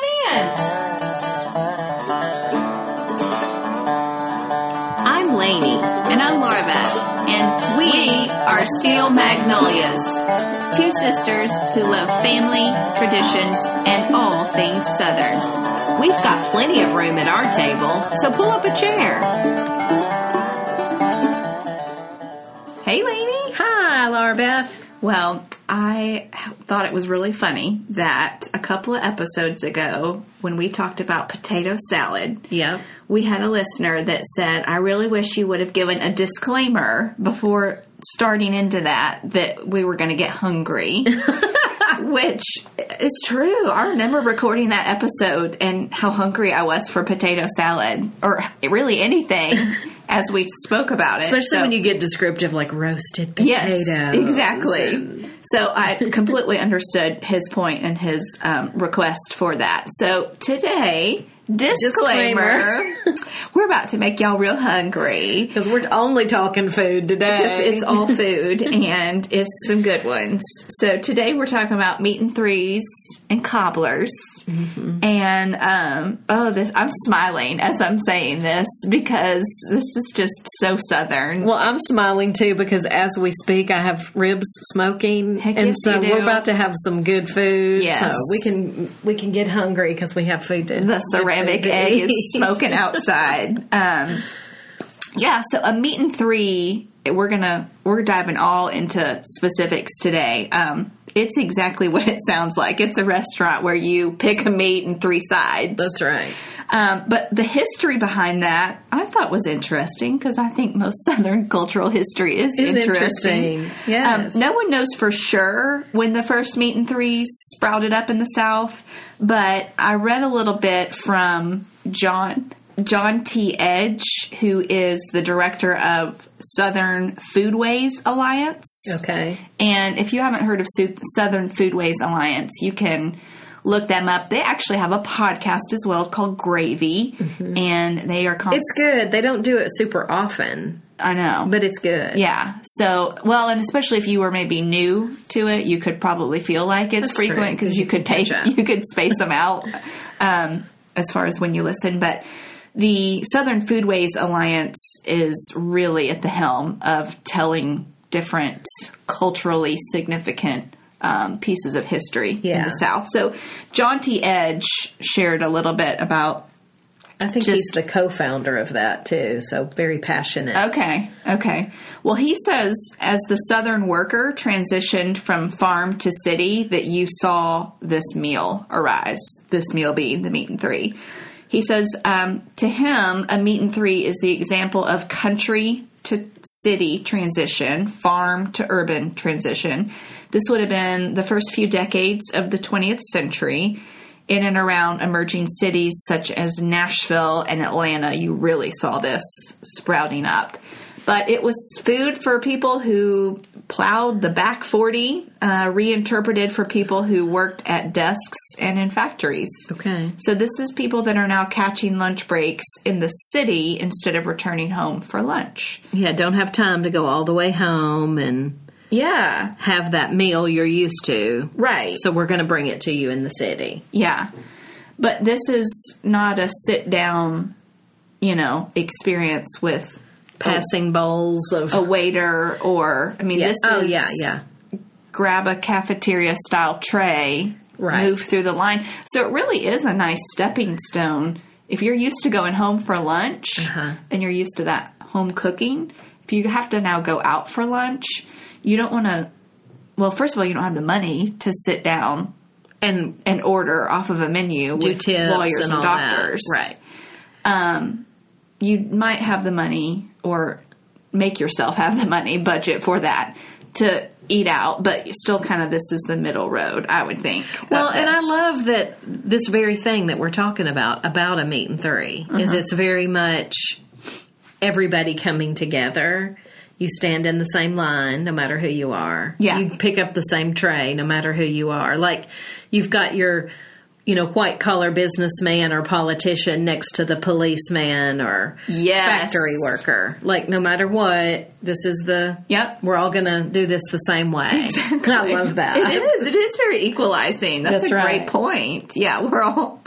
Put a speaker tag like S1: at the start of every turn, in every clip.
S1: friends.
S2: I'm Lainey.
S1: And I'm Laura Beth.
S2: And we,
S1: We are Steel Magnolias.
S2: two sisters who love family, traditions, and all things Southern. We've got plenty of room at our table, so pull up a chair. Hey, Lainey.
S1: Hi, Laura Beth.
S2: Well, I thought it was really funny that a couple of episodes ago, when we talked about potato salad,
S1: Yep.
S2: we had a listener that said, I really wish you would have given a disclaimer before starting into that that we were going to get hungry. Which is true. I remember recording that episode and how hungry I was for potato salad or really anything as we spoke about it.
S1: Especially
S2: So-
S1: when you get descriptive, like roasted potatoes.
S2: Yes, exactly. So I completely understood his point and his um, request for that. So today, disclaimer, we're about to make y'all real hungry.
S1: Because we're only talking food today.
S2: It's all food and it's some good ones. So today we're talking about meat and threes and cobblers. And um, oh, this I'm smiling as I'm saying this because this is just so southern.
S1: well, I'm smiling too because as we speak, I have ribs smoking,
S2: Heck
S1: and
S2: yes,
S1: so
S2: you do.
S1: we're about to have some good food.
S2: Yes.
S1: So we can we can get hungry because we have food. To,
S2: the ceramic egg is smoking outside. Um, yeah, so a meet and three. We're gonna we're diving all into specifics today. Um, it's exactly what it sounds like. It's a restaurant where you pick a meat and three sides.
S1: That's right.
S2: Um, but the history behind that I thought was interesting because I think most Southern cultural history is
S1: Is
S2: interesting.
S1: interesting. Yes.
S2: Um, no one knows for sure when the first meet and threes sprouted up in the South, but I read a little bit from John. John T. Edge, who is the director of Southern Foodways Alliance.
S1: Okay.
S2: And if you haven't heard of Su- Southern Foodways Alliance, you can look them up. They actually have a podcast as well called Gravy, and they are called.
S1: Mm-hmm. It's good. They don't do it super often,
S2: I know,
S1: but it's good.
S2: yeah. So, well, and especially if you were maybe new to it, you could probably feel like it's
S1: That's true,
S2: frequent because you could pay,
S1: catch up.
S2: you could space them out um, as far as when you listen. But the Southern Foodways Alliance is really at the helm of telling different culturally significant um, pieces of history in
S1: Yeah.
S2: the South. So, John T. Edge shared a little bit about
S1: I think
S2: Just-
S1: he's the co-founder of that too, so very passionate.
S2: Okay, okay. Well, he says as the Southern worker transitioned from farm to city, that you saw this meal arise, this meal being the meat and three. He says um, to him, a meat and three is the example of country to city transition, farm to urban transition. This would have been the first few decades of the 20th century in and around emerging cities such as Nashville and Atlanta, you really saw this sprouting up. But it was food for people who plowed the back 40, uh, reinterpreted for people who worked at desks and in factories.
S1: Okay.
S2: So, this is people that are now catching lunch breaks in the city instead of returning home for lunch.
S1: Yeah, don't have time to go all the way home and
S2: Yeah,
S1: have that meal you're used to.
S2: right. Oh.
S1: So we're going to bring it to you in the city.
S2: Yeah. But this is not a sit down, you know, experience with
S1: Passing bowls of
S2: a waiter or I mean
S1: yeah.
S2: this
S1: oh
S2: is
S1: yeah, yeah.
S2: grab a cafeteria style tray,
S1: Right.
S2: move through the line. So it really is a nice stepping stone. If you're used to going home for lunch
S1: Uh-huh.
S2: and you're used to that home cooking, if you have to now go out for lunch, you don't want to well, first of all, you don't have the money to sit down
S1: And
S2: and order off of a menu
S1: do
S2: with
S1: tips
S2: lawyers and,
S1: and all that.
S2: doctors.
S1: Right.
S2: You might have the money or make yourself have the money budget for that to eat out, but still kind of this is the middle road, I would think. of
S1: Well, and I
S2: this.
S1: love that this very thing that we're talking about about a meet and 3
S2: Uh-huh.
S1: is it's very much everybody coming together. You stand in the same line, no matter who you are.
S2: Yeah.
S1: you pick up the same tray, no matter who you are. Like you've got your, you know, white collar businessman or politician next to the policeman or
S2: Yes.
S1: factory worker. Like no matter what, this is the
S2: Yep.
S1: We're all gonna do this the same way. I love that.
S2: It is. It is very equalizing. That's,
S1: That's
S2: a
S1: right.
S2: great point. Yeah, we're all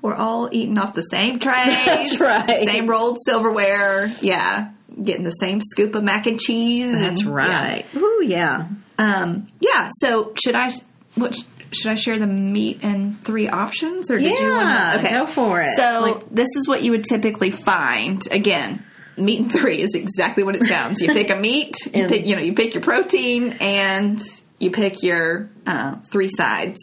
S2: we're all eating off the same trays,
S1: That's right.
S2: same rolled silverware. Yeah, getting the same scoop of mac and cheese.
S1: That's
S2: and-
S1: right.
S3: Ooh, yeah.
S2: Yeah. Um, yeah. So should I? What should I share the meat and three options, or did you
S1: Yeah,
S2: want to?
S1: go for it.
S2: So
S1: Like-
S2: this is what you would typically find. Again, meat and three is exactly what it sounds. You pick a meat, you
S1: And-
S2: pick you know you pick your protein, and you pick your uh, three sides.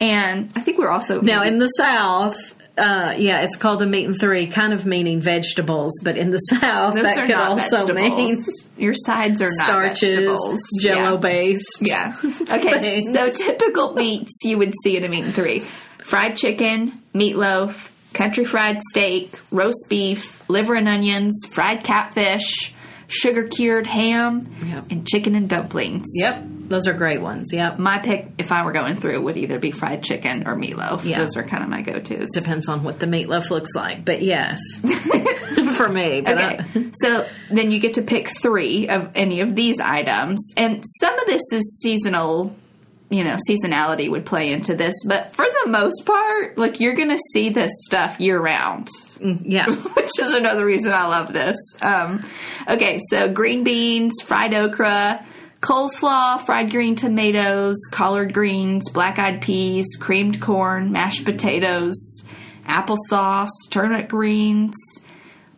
S2: And I think we're also
S1: Now in the South, uh, yeah, it's called a meat and three, kind of meaning vegetables, but in the South,
S2: Those
S1: that
S2: are
S1: could
S2: not
S1: also mean
S2: vegetables. your sides are not vegetables.
S1: starches, jello
S2: yeah.
S1: based.
S2: Yeah. Okay.
S1: Thanks.
S2: so typical meats you would see at a meat and three: fried chicken, meatloaf, country fried steak, roast beef, liver and onions, fried catfish, sugar cured ham,
S1: Yep.
S2: and chicken and dumplings.
S1: Yep. Those are great ones. Yep.
S2: My pick, if I were going through, would either be fried chicken or meatloaf.
S1: Yeah.
S2: Those are kind of my go-tos.
S1: Depends on what the meatloaf looks like, but yes, for me. But
S2: Okay.
S1: I,
S2: so then you get to pick three of any of these items. And some of this is seasonal, you know, seasonality would play into this. But for the most part, like you're going to see this stuff year round,
S1: mm, yeah,
S2: which is another reason I love this. Um, okay. So green beans, fried okra. Coleslaw, fried green tomatoes, collard greens, black eyed peas, creamed corn, mashed potatoes, applesauce, turnip greens,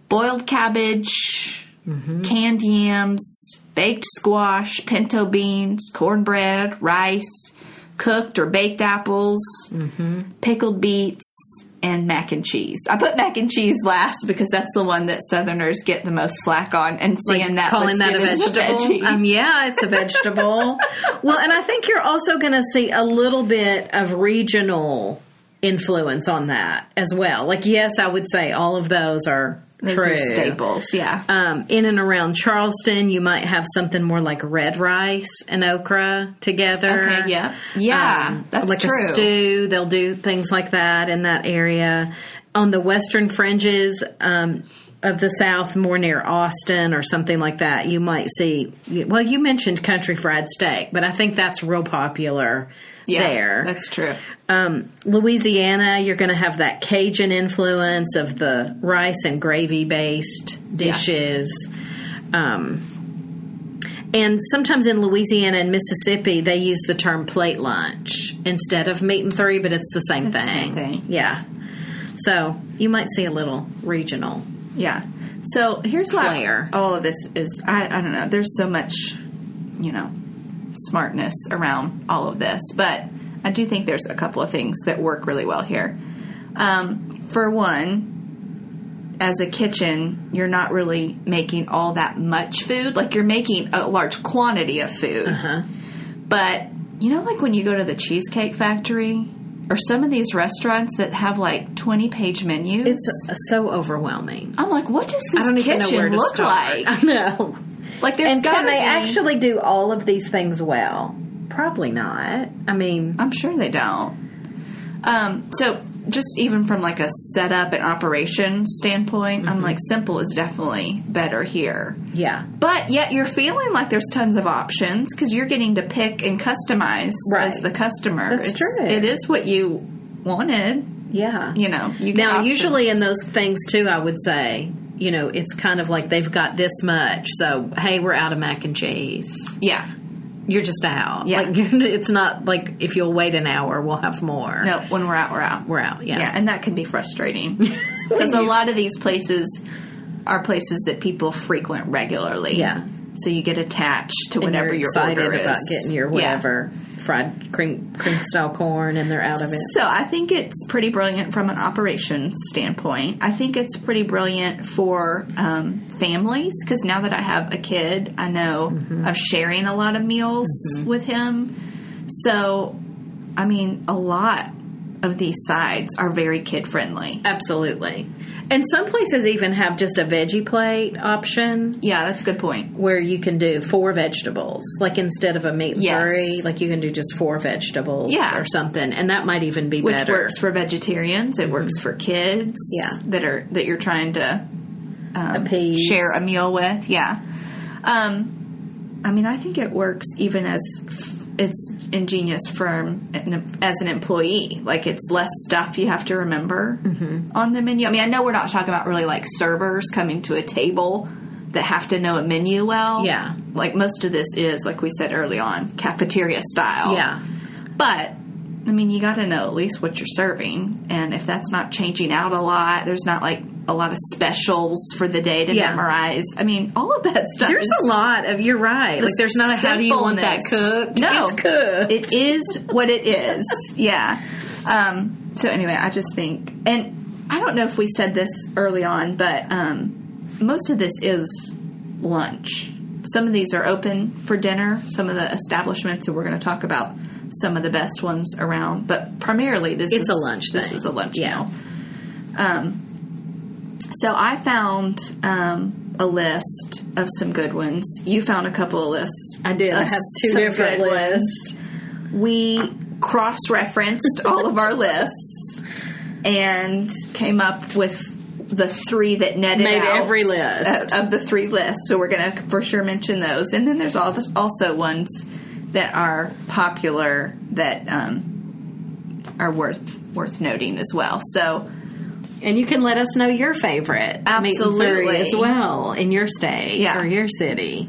S2: boiled cabbage,
S1: Mm-hmm.
S2: canned yams, baked squash, pinto beans, cornbread, rice, cooked or baked apples,
S1: Mm-hmm.
S2: pickled beets, and mac and cheese. I put mac and cheese last because that's the one that Southerners get the most slack on, and seeing that
S1: calling that a
S2: listed as
S1: vegetable.
S2: veggie.
S1: um, yeah, it's a vegetable. well, and I think you're also going to see a little bit of regional influence on that as well. Like, yes, I would say all of those are
S2: Those
S1: true.
S2: are staples, yeah.
S1: um, in and around Charleston, you might have something more like red rice and okra together. Um,
S2: Okay, yeah. Yeah, that's
S1: like
S2: true.
S1: a stew. They'll do things like that in that area. On the western fringes um, of the South, more near Austin or something like that, you might see. Well, you mentioned country fried steak, but I think that's real popular
S2: yeah,
S1: there.
S2: That's true.
S1: Louisiana, you're going to have that Cajun influence of the rice and gravy based dishes. Um, and sometimes in Louisiana and Mississippi, they use the term plate lunch instead of meat and three, but it's the same
S2: the
S1: thing.
S2: same thing.
S1: Yeah. So you might see a little regional.
S2: Yeah. So here's why
S1: Flair.
S2: all of this is. I, I don't know. There's so much, you know, smartness around all of this, but I do think there's a couple of things that work really well here. Um, for one, as a kitchen, you're not really making all that much food. Like you're making a large quantity of food,
S1: Uh-huh.
S2: but you know, like when you go to the Cheesecake Factory or some of these restaurants that have like 20 page menus,
S1: It's uh, so overwhelming.
S2: I'm like, what does this
S1: I don't even know where
S2: kitchen
S1: to
S2: look
S1: start.
S2: like?
S1: I know.
S2: Like, there's
S1: and
S2: got to
S1: can
S2: be.
S1: they actually do all of these things well? Probably not. I mean,
S2: I'm sure they don't. Um, so, just even from like a setup and operation standpoint,
S1: Mm-hmm.
S2: I'm like, simple is definitely better here.
S1: yeah.
S2: But yet, you're feeling like there's tons of options because you're getting to pick and customize as
S1: Right.
S2: the customer.
S1: That's
S2: It's-
S1: true.
S2: It is what you wanted.
S1: Yeah.
S2: You know, you get
S1: Now,
S2: options.
S1: usually in those things too, I would say, you know, it's kind of like they've got this much, so hey, we're out of mac and cheese.
S2: yeah,
S1: You're just out.
S2: Yeah.
S1: Like it's not like if you'll wait an hour, we'll have more.
S2: no, when we're out, we're out.
S1: we're out. Yeah.
S2: Yeah, and that can be frustrating because a lot of these places are places that people frequent regularly.
S1: Yeah.
S2: So you get attached to
S1: And
S2: whatever
S1: you're
S2: your
S1: excited
S2: order
S1: about
S2: is.
S1: getting your
S2: Yeah.
S1: whatever fried cream cream style corn, and they're out of it.
S2: So I think it's pretty brilliant from an operations standpoint. I think it's pretty brilliant for um, families because now that I have a kid, I know
S1: Mm-hmm.
S2: I'm sharing a lot of meals with him. So, I mean, a lot of these sides are very kid friendly.
S1: Absolutely. And some places even have just a veggie plate option.
S2: Yeah, that's a good point.
S1: where you can do four vegetables, like instead of a meat and
S2: Yes.
S1: curry, like you can do just four vegetables
S2: Yeah.
S1: or something, and that might even be
S2: which
S1: better.
S2: works for vegetarians. It works for kids.
S1: Yeah.
S2: that are that you're trying to
S1: a peas.
S2: share a meal with. Yeah. Um, I mean, I think it works even as it's ingenious firm an- as an employee. Like it's less stuff you have to remember
S1: Mm-hmm.
S2: on the menu. I mean, I know we're not talking about really like servers coming to a table that have to know a menu well.
S1: Yeah.
S2: Like most of this is, like we said early on, cafeteria style.
S1: Yeah.
S2: But I mean, you got to know at least what you're serving, and if that's not changing out a lot, there's not like a lot of specials for the day to
S1: Yeah.
S2: memorize. I mean, all of that stuff.
S1: There's
S2: is-
S1: a lot of you're right. Like there's not a how do you want that cooked?
S2: Simpleness. No,
S1: it's cooked.
S2: It is what it is. yeah. Um, so anyway, I just think, and I don't know if we said this early on, but um, most of this is lunch. Some of these are open for dinner. Some of the establishments, and we're going to talk about some of the best ones around. But primarily, this is
S1: It's a lunch
S2: This
S1: thing.
S2: is a lunch
S1: Yeah.
S2: meal. So I found um, a list of some good ones. You found a couple of lists.
S1: I did. I
S2: of
S1: have two
S2: some
S1: different
S2: good
S1: lists.
S2: ones. We cross referenced all of our lists and came up with the three that netted
S1: Made
S2: out
S1: every list.
S2: of, of the three lists. So we're going to for sure mention those. And then there's all also ones that are popular that um, are worth worth noting as well. So
S1: And you can let us know your favorite
S2: Absolutely.
S1: meat and three as well in your state
S2: Yeah.
S1: or your city.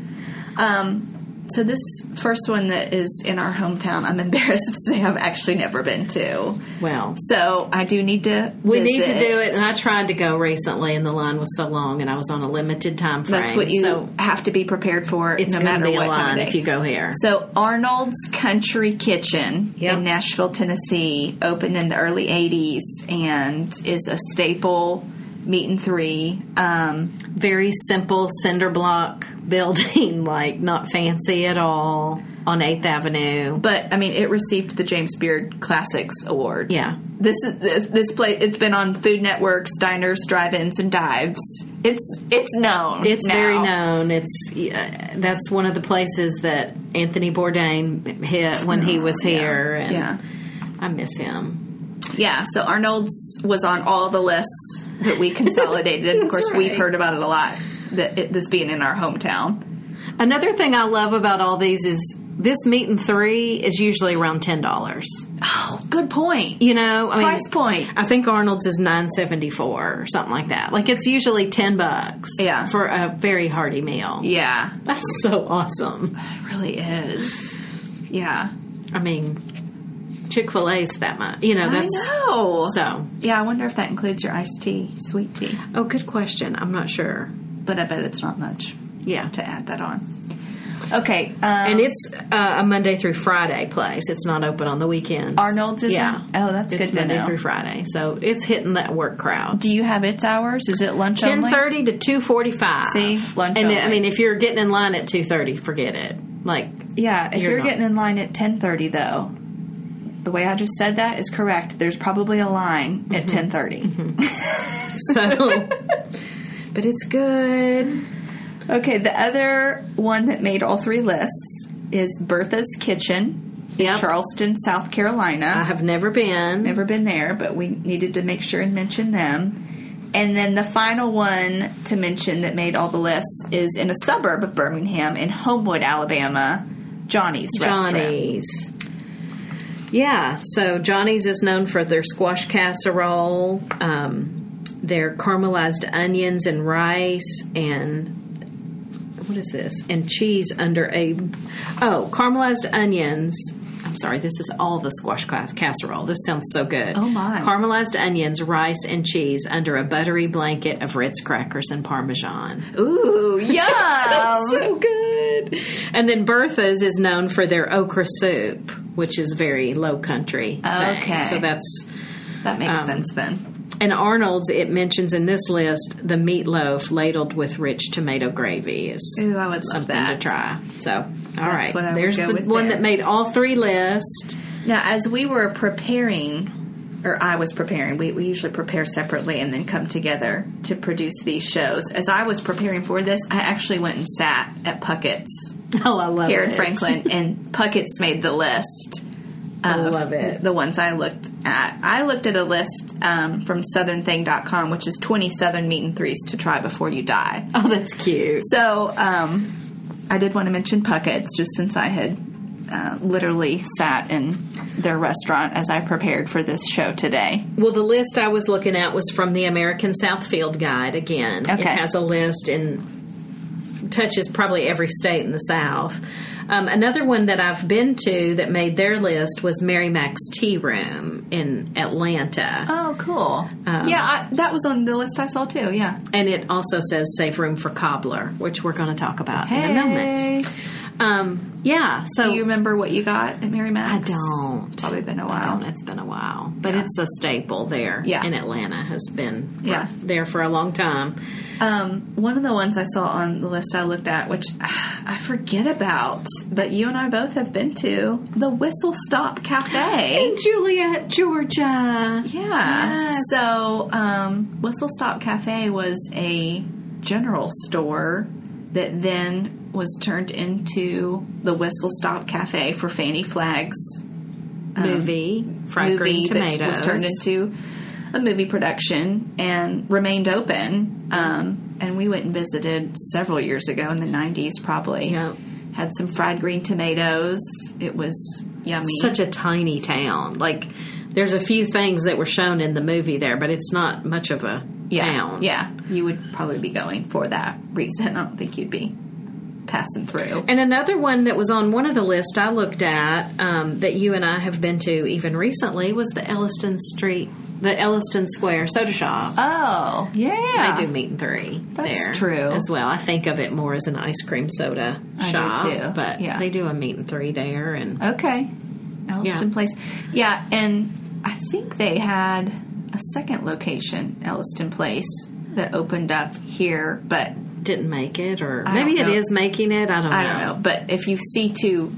S2: Um, so this first one that is in our hometown, I'm embarrassed to say I've actually never been to.
S1: Well,
S2: So I do need to.
S1: we need to do it. And I tried to go recently, and the line was so long, and I was on a limited time frame.
S2: That's what you
S1: So
S2: have to be prepared for,
S1: it's
S2: no
S1: gonna
S2: matter
S1: be
S2: what
S1: a
S2: time
S1: line
S2: of day.
S1: if you go here.
S2: So Arnold's Country Kitchen
S1: Yep.
S2: in Nashville, Tennessee, opened in the early '80s and is a staple meet and three. Um,
S1: Very simple cinder block building, like not fancy at all, on Eighth Avenue.
S2: but I mean, it received the James Beard Classics Award.
S1: Yeah,
S2: This is this, this place. It's been on Food Network's diners, drive-ins, and dives. It's it's known.
S1: It's
S2: now.
S1: very known. It's yeah, that's one of the places that Anthony Bourdain hit when he was here. and
S2: yeah.
S1: I miss him.
S2: Yeah. So Arnold's was on all the lists that we consolidated. and of course,
S1: That's
S2: we've
S1: right.
S2: heard about it a lot. That it, this being in our hometown.
S1: Another thing I love about all these is this meet and three is usually around ten dollars.
S2: Oh, good point.
S1: You know, I mean,
S2: Price point.
S1: I think Arnold's is nine seventy four or something like that. Like it's usually ten bucks.
S2: Yeah.
S1: for a very hearty meal.
S2: Yeah,
S1: That's so awesome.
S2: it really is. Yeah.
S1: I mean, Chick fil A's that much. You know, that's
S2: I know.
S1: so.
S2: yeah, I wonder if that includes your iced tea, sweet tea.
S1: Oh, good question. I'm not sure.
S2: But I bet it's not much
S1: Yeah.
S2: to add that on. Okay. Um,
S1: And it's uh, a Monday through Friday place. It's not open on the weekends.
S2: Arnold's is
S1: yeah.
S2: Oh, that's
S1: it's
S2: good to
S1: Monday
S2: know.
S1: through Friday, so it's hitting that work crowd.
S2: Do you have its hours? Is it lunch
S1: Ten
S2: only?
S1: thirty to two forty five.
S2: See? Lunch
S1: and
S2: only.
S1: I mean, if you're getting in line at two thirty, forget it. Like,
S2: Yeah, if
S1: You're
S2: you're,
S1: not.
S2: getting in line at 10:30 though, the way I just said that is correct. There's probably a line at 10:30.
S1: so. but it's good.
S2: Okay, the other one that made all three lists is Bertha's Kitchen,
S1: Yep.
S2: Charleston, South
S1: I
S2: Carolina.
S1: have never been.
S2: Never been there, but we needed to make sure and mention them. And then the final one to mention that made all the lists is in a suburb of Birmingham in Homewood, Alabama, Johnny's restaurant.
S1: Johnny's. Yeah, so Johnny's is known for their squash casserole, um, their caramelized onions and rice, and what is this? And cheese under a oh caramelized onions. I'm sorry, this is all the squash cas- casserole. This sounds so good.
S2: Oh, my.
S1: Caramelized onions, rice, and cheese under a buttery blanket of Ritz crackers and Parmesan
S2: Ooh, yum!
S1: so good. And then Bertha's is known for their okra soup, which is very low country. thing.
S2: Okay.
S1: So that's
S2: that makes sense then.
S1: and Arnold's it mentions in this list the meatloaf ladled with rich tomato gravy is
S2: Ooh, I would love
S1: something
S2: that.
S1: to try. So all right,
S2: what I would
S1: there's
S2: go
S1: the
S2: with
S1: one
S2: there.
S1: that made all three lists.
S2: Now, as we were preparing, or I was preparing, we, we usually prepare separately and then come together to produce these shows. As I was preparing for this, I actually went and sat at Puckett's
S1: Oh, I love
S2: here
S1: it.
S2: in Franklin, and Puckett's made the list.
S1: I
S2: of
S1: love it.
S2: The ones I looked at. I looked at a list um, from southernthing.com, which is 20 Southern meat and threes to try before you die.
S1: Oh, that's cute.
S2: So, um, I did want to mention Puckett's just since I had uh, literally sat in their restaurant as I prepared for this show today.
S1: Well, the list I was looking at was from the American Southfield Guide again. It
S2: Okay.
S1: has a list and touches probably every state in the South. Um, another one that I've been to that made their list was Mary Mac's Tea Room in Atlanta.
S2: Oh, cool. yeah, I, that was on the list I saw too. Yeah.
S1: And it also says save room for cobbler, which we're going to talk about in a moment.
S2: Hey.
S1: Um, yeah, so
S2: Do you remember what you got at Mary
S1: I
S2: Mac's?
S1: don't.
S2: It's probably been a
S1: I
S2: while.
S1: don't. It's been a while, but it's a staple there
S2: Yeah.
S1: in Atlanta. Has been
S2: Yeah.
S1: there for a long time.
S2: Um, one of the ones I saw on the list I looked at, which ah, I forget about, but you and I both have been to the Whistle Stop Cafe.
S1: Juliet, Georgia.
S2: Yeah. So, um, Whistle Stop Cafe was a general store that then was turned into the Whistle Stop Cafe for Fanny Flagg's
S1: Um, movie, fried green tomatoes.
S2: that was turned into a movie production and remained open. Um, and we went and visited several years ago in the '90s, probably.
S1: Yep.
S2: Had some fried green tomatoes. It was yummy.
S1: such a tiny town. Like there's a few things that were shown in the movie there, but it's not much of a
S2: yeah,
S1: town.
S2: yeah. You would probably be going for that reason. I don't think you'd be passing through.
S1: And another one that was on one of the lists I looked at um, that you and I have been to even recently was the Elliston Street, the Elliston Square soda shop.
S2: Oh, yeah.
S1: They do meat and three.
S2: That's
S1: there
S2: true.
S1: as well. I think of it more as an ice cream soda
S2: I do
S1: shop,
S2: too.
S1: but
S2: Yeah.
S1: they do a meat and three there, and
S2: Okay. Elliston
S1: Yeah.
S2: Place. Yeah, and I think they had a second location, Elliston Place, that opened up here, but
S1: didn't make it, or
S2: don't
S1: maybe it
S2: know.
S1: is making it. I don't know.
S2: I don't know. But if you see two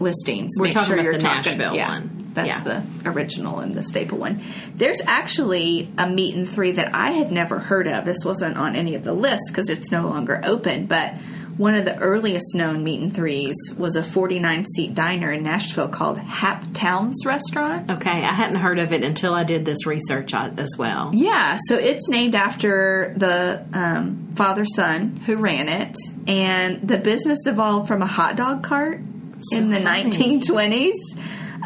S2: listings,
S1: We're
S2: make
S1: talking
S2: sure
S1: about
S2: you're
S1: the
S2: talking
S1: Nashville
S2: yeah,
S1: one.
S2: That's
S1: Yeah.
S2: the original and the staple one. There's actually a meet and three that I had never heard of. This wasn't on any of the lists because it's no longer open, but one of the earliest known meet and threes was a 49 seat diner in Nashville called Hap Towns Restaurant.
S1: Okay, I hadn't heard of it until I did this research on- as well.
S2: Yeah, so it's named after the um, father son who ran it, and the business evolved from a hot dog cart in the 1920s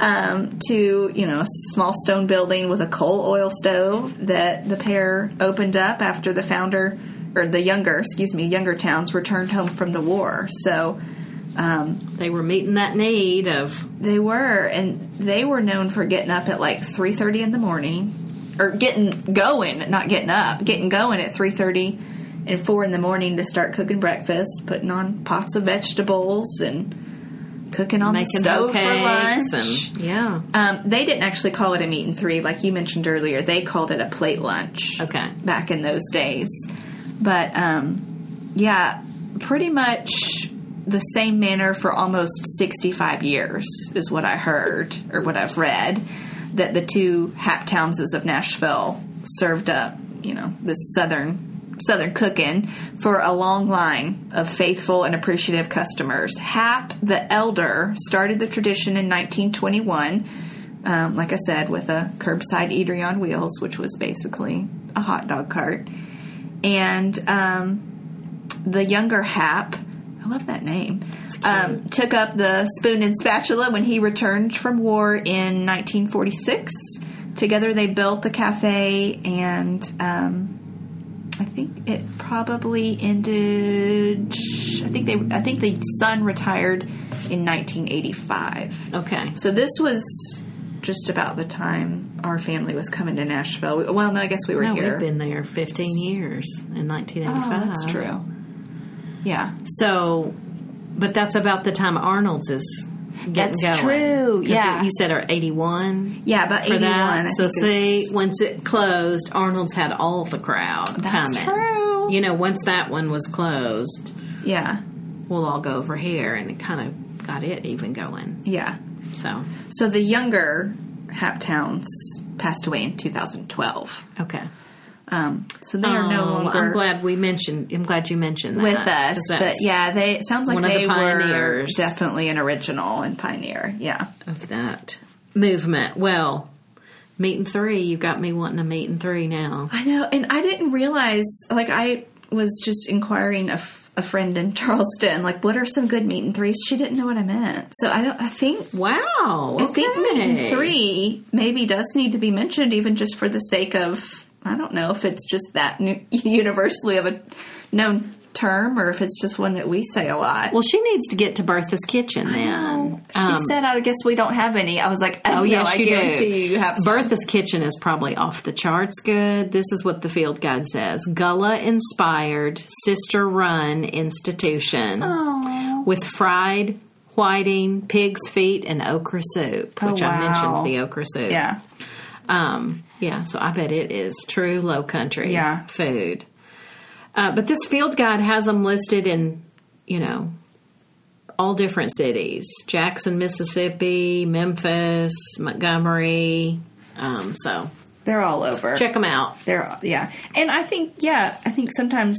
S2: um, to you know a small stone building with a coal oil stove that the pair opened up after the founder or the younger, excuse me, younger towns returned home from the war. So
S1: They were meeting that need of
S2: They were, and they were known for getting up at like three thirty in the morning, or getting going, not getting up, getting going at three thirty and four in the morning to start cooking breakfast, putting on pots of vegetables, and cooking on
S1: making
S2: the stove for
S1: pancakes
S2: lunch.
S1: and yeah.
S2: um, they didn't actually call it a meat and three, like you mentioned earlier. They called it a plate lunch
S1: Okay.
S2: back in those days. But um, yeah, pretty much the same manner for almost 65 years is what I heard or what I've read that the two Hap Townses of Nashville served up, you know, this southern southern cooking for a long line of faithful and appreciative customers. Hap the Elder started the tradition in 1921 um, like I said, with a curbside eatery on wheels, which was basically a hot dog cart. And um, the younger Hap, I love that name, um, took up the spoon and spatula when he returned from war in 1946. Together they built the cafe, and um, I think it probably ended. I think they. I think the son retired in 1985.
S1: Okay.
S2: So this was just about the time our family was coming to Nashville. We- Well, no, I guess we were
S1: No,
S2: here.
S1: we've been there 15 years in 1985.
S2: oh, that's true. Yeah,
S1: So, but that's about the time Arnold's is getting
S2: That's
S1: going.
S2: true,
S1: 'Cause
S2: yeah.
S1: it- you said are 81
S2: yeah, about
S1: for
S2: eighty-one.
S1: that.
S2: I
S1: so
S2: think
S1: see,
S2: is-
S1: once it closed, Arnold's had all the crowd
S2: That's
S1: coming.
S2: true.
S1: You know, once that one was closed,
S2: yeah,
S1: we'll all go over here, and it kind of got it even going.
S2: yeah.
S1: So,
S2: So the younger Hap Towns passed away in 2012.
S1: okay.
S2: Um, so they are no
S1: Oh,
S2: longer
S1: I'm glad we mentioned. I'm glad you mentioned that
S2: with
S1: 'cause
S2: us. But
S1: that's
S2: yeah, they it sounds like
S1: one of the
S2: they were
S1: pioneers.
S2: definitely an original and pioneer. Yeah.
S1: of that movement. Well, meeting three, you got me wanting a meeting three now.
S2: I know, and I didn't realize. Like I was just inquiring of a friend in Charleston, like, what are some good meet and threes? She didn't know what I meant. So I don't, I think,
S1: Wow.
S2: I think meet and three maybe does need to be mentioned even just for the sake of, I don't know if it's just that nu- universally of a known term or if it's just one that we say a lot.
S1: Well, she needs to get to Bertha's kitchen then.
S2: she said, I guess we don't have any. I was like, oh,
S1: Oh,
S2: no,
S1: yes,
S2: I
S1: you
S2: guarantee
S1: do.
S2: you you have some.
S1: Bertha's Kitchen is probably off the charts good. This is what the field guide says Gullah inspired, sister run institution
S2: Oh.
S1: with fried, whiting, pig's feet, and okra soup, which I
S2: Oh, wow.
S1: mentioned the okra soup.
S2: Yeah.
S1: Um, yeah, so I bet it is true low country
S2: Yeah.
S1: food. Uh, but this field guide has them listed in, you know, all different cities Jackson, Mississippi, Memphis, Montgomery. Um, so
S2: They're all over.
S1: check them out.
S2: They're yeah, and I think yeah, I think sometimes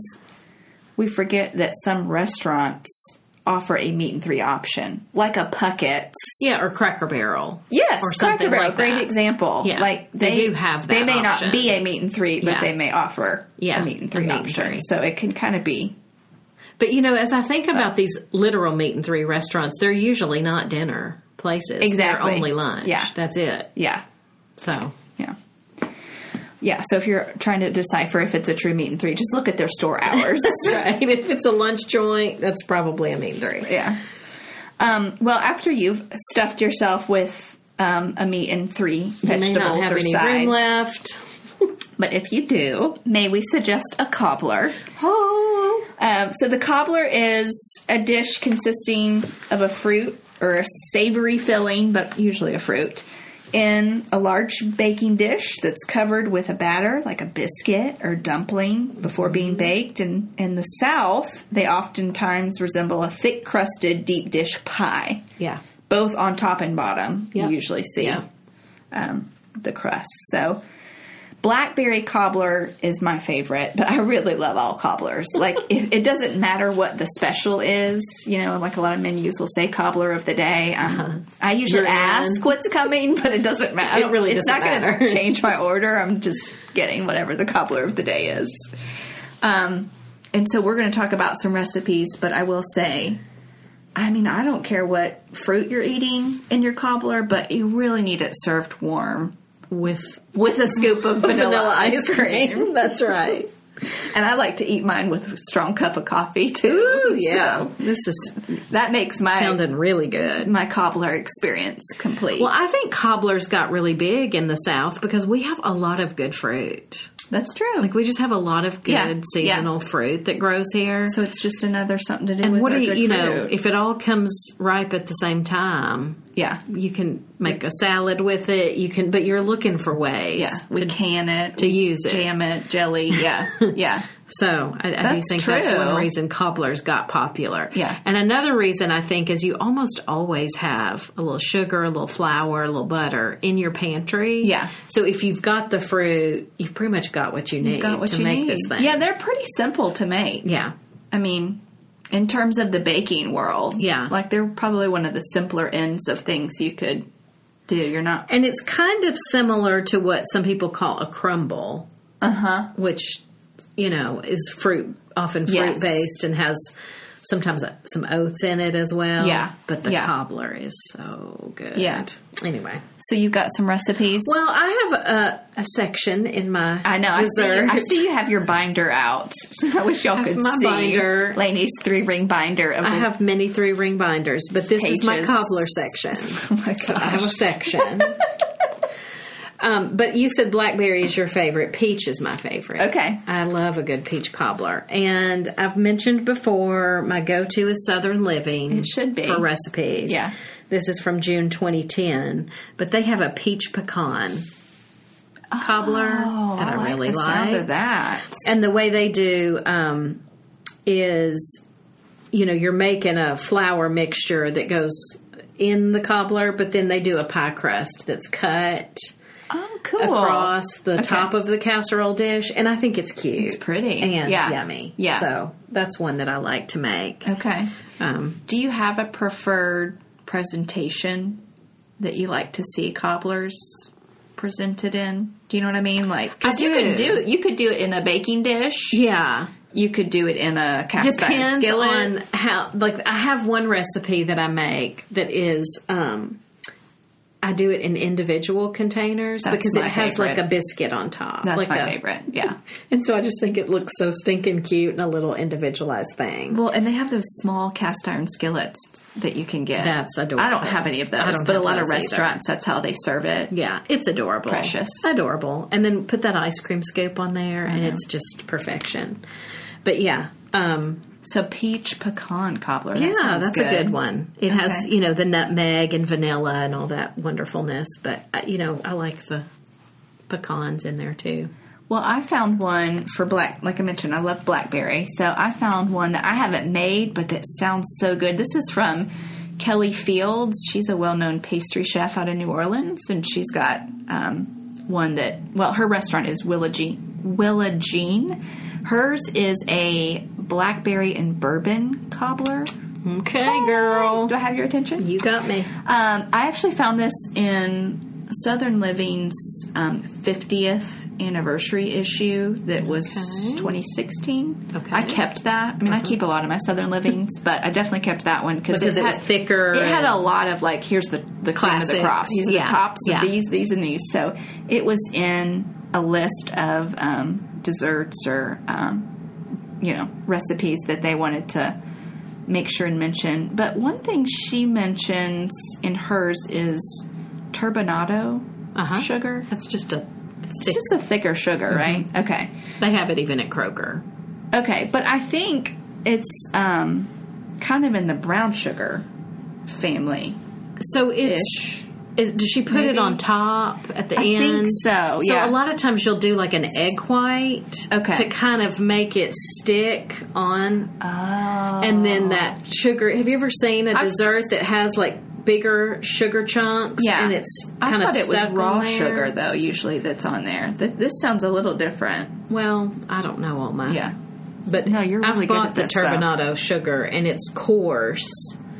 S2: we forget that some restaurants offer a meat and three option, like a Puckett's.
S1: Yeah, or Cracker Barrel.
S2: Yes,
S1: or something
S2: Cracker Barrel,
S1: like
S2: great
S1: that.
S2: example.
S1: Yeah,
S2: like
S1: they
S2: they,
S1: do have
S2: They
S1: that
S2: may
S1: option.
S2: not be a meat and three, but
S1: Yeah.
S2: they may offer
S1: Yeah,
S2: a meat and
S1: a
S2: three
S1: meat and
S2: option.
S1: three.
S2: So it can kind of be
S1: But you know, as I think
S2: Uh,
S1: about these literal meat and three restaurants, they're usually not dinner places.
S2: Exactly.
S1: They're only lunch.
S2: Yeah.
S1: That's it.
S2: yeah,
S1: So
S2: yeah. Yeah, so if you're trying to decipher if it's a true meat and three, just look at their store hours.
S1: right. If it's a lunch joint, that's probably a meat and three.
S2: Yeah. Um, well, after you've stuffed yourself with um, a meat and three
S1: may not
S2: vegetables
S1: have
S2: or
S1: any
S2: sides,
S1: room left.
S2: but if you do, may we suggest a cobbler?
S1: Oh.
S2: Um, so the cobbler is a dish consisting of a fruit or a savory filling, but usually a fruit, in a large baking dish that's covered with a batter like a biscuit or dumpling before being
S1: Mm-hmm.
S2: baked. And in the South, they oftentimes resemble a thick crusted deep dish pie
S1: Yeah.
S2: both on top and bottom.
S1: Yep.
S2: You usually see
S1: Yeah.
S2: um, the crust. So, blackberry cobbler is my favorite, but I really love all cobblers. Like, if, it doesn't matter what the special is. You know, like a lot of menus will say cobbler of the day. Um, I usually
S1: Uh-huh. You're in.
S2: ask what's coming, but it doesn't matter.
S1: It really
S2: It's
S1: doesn't
S2: not
S1: matter.
S2: to change my order. I'm just getting whatever the cobbler of the day is. Um, and so we're going to talk about some recipes, but I will say, I mean, I don't care what fruit you're eating in your cobbler, but you really need it served warm
S1: With
S2: with a scoop of vanilla,
S1: vanilla
S2: ice cream.
S1: that's right.
S2: And I like to eat mine with a strong cup of coffee too.
S1: Ooh, yeah.
S2: So
S1: this is
S2: that makes my
S1: sounding really good.
S2: my cobbler experience complete.
S1: Well, I think cobblers got really big in the South because we have a lot of good fruit.
S2: That's true.
S1: Like we just have a lot of good
S2: Yeah, yeah.
S1: seasonal fruit that grows here.
S2: so it's just another something to do
S1: and
S2: with
S1: what
S2: our
S1: do you,
S2: good
S1: you know,
S2: fruit.
S1: if it all comes ripe at the same time,
S2: yeah.
S1: you can make a salad with it. You can, but you're looking for ways.
S2: Yeah, we can it
S1: to use it.
S2: jam it, jelly. Yeah, yeah,
S1: So I, I do
S2: That's
S1: think that's
S2: true.
S1: one reason cobblers got popular.
S2: Yeah.
S1: And another reason I think is you almost always have a little sugar, a little flour, a little butter in your pantry.
S2: Yeah.
S1: So if you've got the fruit, you've pretty much got what you need
S2: got what
S1: to
S2: you
S1: make
S2: need.
S1: this thing.
S2: Yeah, they're pretty simple to make.
S1: Yeah.
S2: I mean, in terms of the baking world,
S1: Yeah.
S2: like they're probably one of the simpler ends of things you could do. You're not
S1: And it's kind of similar to what some people call a crumble. Uh-huh. Which, you know, is fruit often fruit
S2: Yes.
S1: based and has sometimes uh, some oats in it as well.
S2: Yeah.
S1: But the
S2: Yeah.
S1: cobbler is so good.
S2: Yeah.
S1: Anyway.
S2: so you got some recipes.
S1: Well, I have a, a section in my
S2: I know. I see,
S1: dessert.
S2: I see you have your binder out. I wish y'all could
S1: my
S2: see
S1: binder.
S2: Lainey's three ring binder. Oh, Of
S1: I
S2: the,
S1: have many three ring binders, but this is my
S2: Pages.
S1: cobbler section.
S2: oh my
S1: I have a
S2: gosh.
S1: section. um, but you said blackberry is your favorite. Peach is my favorite.
S2: Okay.
S1: I love a good peach cobbler. And I've mentioned before my go to is Southern Living.
S2: It should be.
S1: For recipes.
S2: Yeah.
S1: This is from June 2010, but they have a peach pecan cobbler
S2: Oh,
S1: that I,
S2: like
S1: really
S2: the
S1: like.
S2: sound of that.
S1: And the way they do um, is, you know, you're making a flour mixture that goes in the cobbler, but then they do a pie crust that's cut
S2: Oh, cool.
S1: across the top of the casserole dish, and I think it's cute. It's
S2: pretty.
S1: and
S2: Yeah.
S1: yummy.
S2: Yeah.
S1: So that's one that I like to make.
S2: Okay.
S1: Um,
S2: Do you have a preferred presentation that you like to see cobblers presented in? Do you know what I mean? Like, 'cause
S1: I
S2: you could
S1: do.
S2: do you could do it in a baking dish.
S1: yeah.
S2: you could do it in a cast
S1: depends
S2: iron skillet.
S1: on how like i have one recipe that i make that is um i do it in individual containers
S2: That's
S1: because
S2: my
S1: it has like
S2: favorite.
S1: a biscuit on top
S2: That's
S1: like
S2: my
S1: a-
S2: favorite. Yeah.
S1: and so i just think it looks so stinking cute and a little individualized thing
S2: Well, and they have those small cast iron skillets that you can get.
S1: That's adorable.
S2: I don't have any of those,
S1: I don't
S2: but a
S1: have
S2: lot of
S1: those either.
S2: restaurants, that's how they serve it.
S1: yeah it's adorable
S2: Precious.
S1: adorable and then put that ice cream scoop on there and
S2: Mm-hmm.
S1: it's just perfection but yeah um
S2: So peach pecan cobbler. that
S1: yeah
S2: sounds
S1: that's a good one it has
S2: Okay.
S1: you know the nutmeg and vanilla and all that wonderfulness but uh, you know i like the pecans in there too
S2: Well, I found one for black. Like I mentioned, I love blackberry, so I found one that I haven't made, but that sounds so good. This is from Kelly Fields. She's a well-known pastry chef out of New Orleans, and she's got um, one that. Well, her restaurant is Willa Jean. Willa Jean. Hers is a blackberry and bourbon cobbler.
S1: okay girl
S2: Do I have your attention?
S1: you got me
S2: Um, I actually found this in Southern Living's um, 50th anniversary issue that was 2016.
S1: Okay. Uh-huh.
S2: I kept that. I mean, I keep a lot of my Southern Livings, but I definitely kept that one because
S1: Because it was thicker
S2: It had
S1: and-
S2: a lot of like, here's the the class of the
S1: Classics.
S2: crops, here's
S1: Yeah,
S2: the tops
S1: yeah.
S2: of these, these, and these. So it was in a list of um, desserts or um, you know recipes that they wanted to make sure and mention. But one thing she mentions in hers is turbinado
S1: Uh-huh.
S2: sugar.
S1: that's just a
S2: It's just a thicker sugar,
S1: Mm-hmm.
S2: right? Okay,
S1: they have it even at kroger
S2: okay. But I think it's um, kind of in the brown sugar family.
S1: so it's
S2: Ish.
S1: Is, does she put it
S2: Maybe.
S1: on top at the
S2: I
S1: end?
S2: think so, yeah.
S1: So a lot of times you'll do like an egg white,
S2: Okay. Oh.
S1: to kind of make it stick on, and then that sugar. Have you ever seen a dessert that has like bigger sugar chunks?
S2: Yeah,
S1: and it's
S2: I
S1: kind of
S2: thought it was
S1: stuck
S2: raw
S1: on there?
S2: sugar though. Usually, that's on there. Th- this sounds a little different.
S1: Well, I don't know all my
S2: Yeah,
S1: But
S2: No, you're
S1: I've
S2: really good
S1: bought
S2: at
S1: the
S2: this, though.
S1: turbinado sugar, and it's coarse,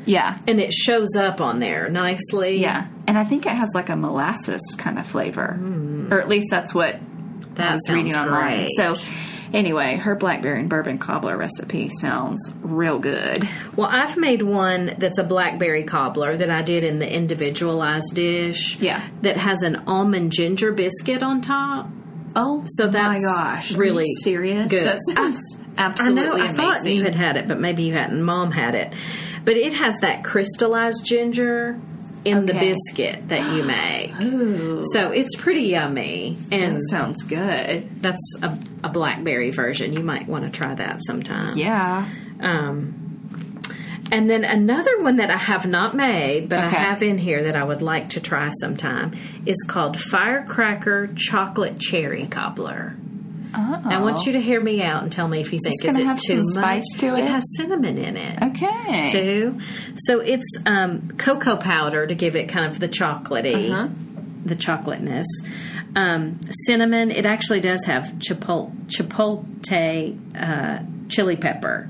S2: yeah,
S1: and it shows up on there nicely.
S2: yeah. And I think it has like a molasses kind of flavor, or at least that's what I
S1: Mm. that
S2: was
S1: sounds
S2: reading online.
S1: great.
S2: So, anyway, her blackberry and bourbon cobbler recipe sounds real good.
S1: Well, I've made one that's a blackberry cobbler that I did in the individualized dish.
S2: Yeah.
S1: That has an almond ginger biscuit on top.
S2: Oh,
S1: So that's
S2: my gosh, are
S1: really
S2: you serious.
S1: good.
S2: That sounds
S1: I know.
S2: absolutely
S1: I thought
S2: amazing.
S1: you had had it, but maybe you hadn't. Mom had it, but it has that crystallized ginger in the
S2: Okay.
S1: biscuit that you make. So it's pretty yummy, and
S2: that sounds good.
S1: that's a, a blackberry version. You might want to try that sometime.
S2: Yeah.
S1: Um, and then another one that I have not made, but
S2: Okay.
S1: I have in here that I would like to try sometime is called Firecracker Chocolate Cherry Cobbler.
S2: Oh.
S1: I want you to hear me out and tell me if you think
S2: this
S1: is
S2: gonna
S1: it
S2: have
S1: too
S2: some
S1: much?
S2: spice to it?
S1: It has cinnamon in it
S2: Okay.
S1: too. So it's um, cocoa powder to give it kind of the chocolatey,
S2: Uh-huh.
S1: the chocolateness. Um, cinnamon. It actually does have chipotle, chipotle uh, chili pepper,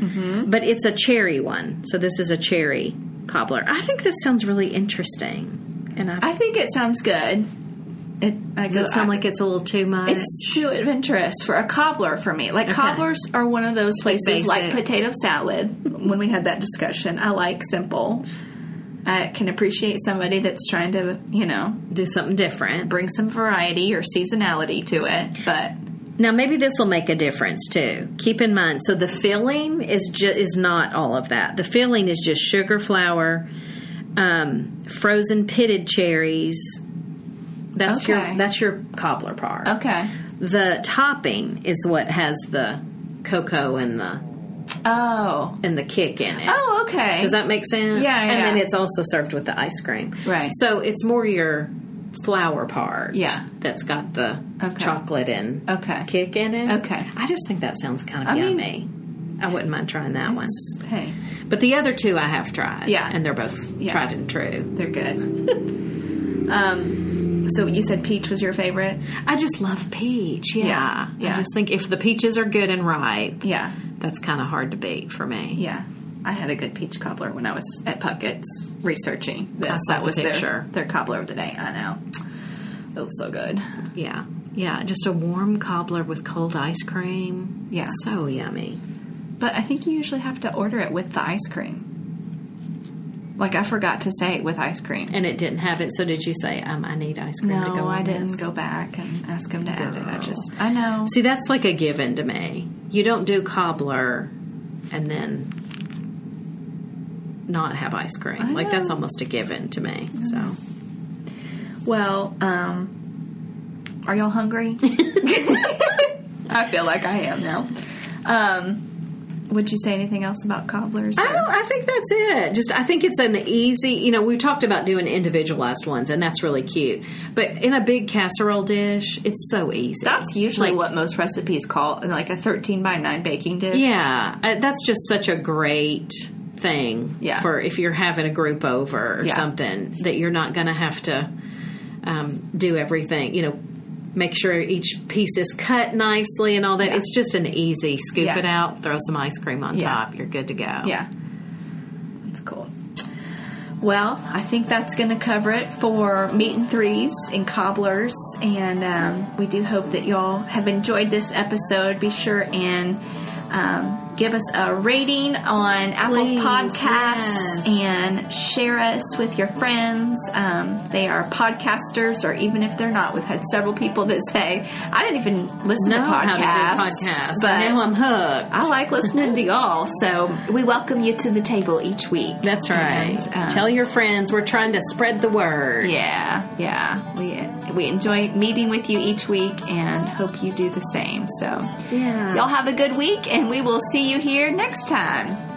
S2: Mm-hmm.
S1: but it's a cherry one. So this is a cherry cobbler. I think this sounds really interesting, and I,
S2: I think it sounds good. It, I
S1: does it sound like it's a little too much.
S2: It's too adventurous for a cobbler for me. Like cobblers are one of those places,
S1: basic.
S2: like potato salad. when we had that discussion, I like simple. I can appreciate somebody that's trying to, you know,
S1: Do something different.
S2: bring some variety or seasonality to it. But
S1: Now maybe this will make a difference too. Keep in mind, so the filling is ju- is not all of that. The filling is just sugar flour, um, frozen pitted cherries. That's
S2: Okay.
S1: your that's your cobbler part.
S2: okay,
S1: The topping is what has the cocoa and the
S2: oh,
S1: and the kick in it.
S2: oh, okay,
S1: Does that make sense?
S2: Yeah,
S1: And
S2: yeah.
S1: then it's also served with the ice cream.
S2: Right.
S1: So it's more your flour part.
S2: Yeah.
S1: That's got the
S2: Okay.
S1: chocolate and
S2: Okay.
S1: kick in it.
S2: Okay.
S1: I just think that sounds kind of
S2: I mean-
S1: yummy. I wouldn't mind trying that one.
S2: hey,
S1: But the other two I have tried.
S2: Yeah.
S1: And they're both
S2: Yeah.
S1: tried and true.
S2: they're good. um, so you said peach was your favorite?
S1: I just love peach. Yeah.
S2: Yeah, yeah.
S1: I just think if the peaches are good and ripe,
S2: Yeah,
S1: that's kind of hard to beat for me.
S2: yeah. I had a good peach cobbler when I was at Puckett's researching this.
S1: I saw
S2: That
S1: the
S2: was their
S1: picture.
S2: their cobbler of the day. I know. It was so good.
S1: Yeah. Yeah, just a warm cobbler with cold ice cream.
S2: Yeah.
S1: So yummy.
S2: But I think you usually have to order it with the ice cream. Like I forgot to say with ice cream.
S1: And it didn't have it, so did you say, um, I need ice cream to go
S2: No,
S1: on
S2: I didn't
S1: this?
S2: go back and ask him to add it. I just I know.
S1: See, that's like a given to me. You don't do cobbler and then not have ice cream.
S2: I
S1: like that's
S2: know.
S1: almost a given to me. So
S2: Well, um are y'all hungry? I feel like I am now. Um would you say anything else about cobblers?
S1: I don't. I think that's it. Just I think it's an easy. You know, we talked about doing individualized ones, and that's really cute. But in a big casserole dish, it's so easy.
S2: That's usually
S1: Like,
S2: what most recipes call like a thirteen by nine baking dish.
S1: Yeah, uh, that's just such a great thing
S2: Yeah.
S1: for if you're having a group over or
S2: Yeah.
S1: something that you're not going to have to um, do everything. You know, make sure each piece is cut nicely and all that. It's just an easy scoop
S2: Yeah.
S1: it out, throw some ice cream on
S2: Yeah.
S1: top, you're good to go.
S2: Yeah. That's cool. Well, I think that's going to cover it for meat and threes and cobblers. And um, we do hope that y'all have enjoyed this episode. Be sure and um, give us a rating on Apple
S1: Please,
S2: Podcasts
S1: yes.
S2: and share us with your friends. Um, they are podcasters, or even if they're not, we've had several people that say, I didn't even listen
S1: Know
S2: to podcasts.
S1: how to do podcasts,
S2: But
S1: but now I'm hooked.
S2: I like listening to y'all, so we welcome you to the table each week.
S1: That's right.
S2: And, um,
S1: Tell your friends we're trying to spread the word.
S2: yeah, yeah. We we enjoy meeting with you each week, and hope you do the same. So,
S1: Yeah.
S2: y'all have a good week, and we will see you here next time.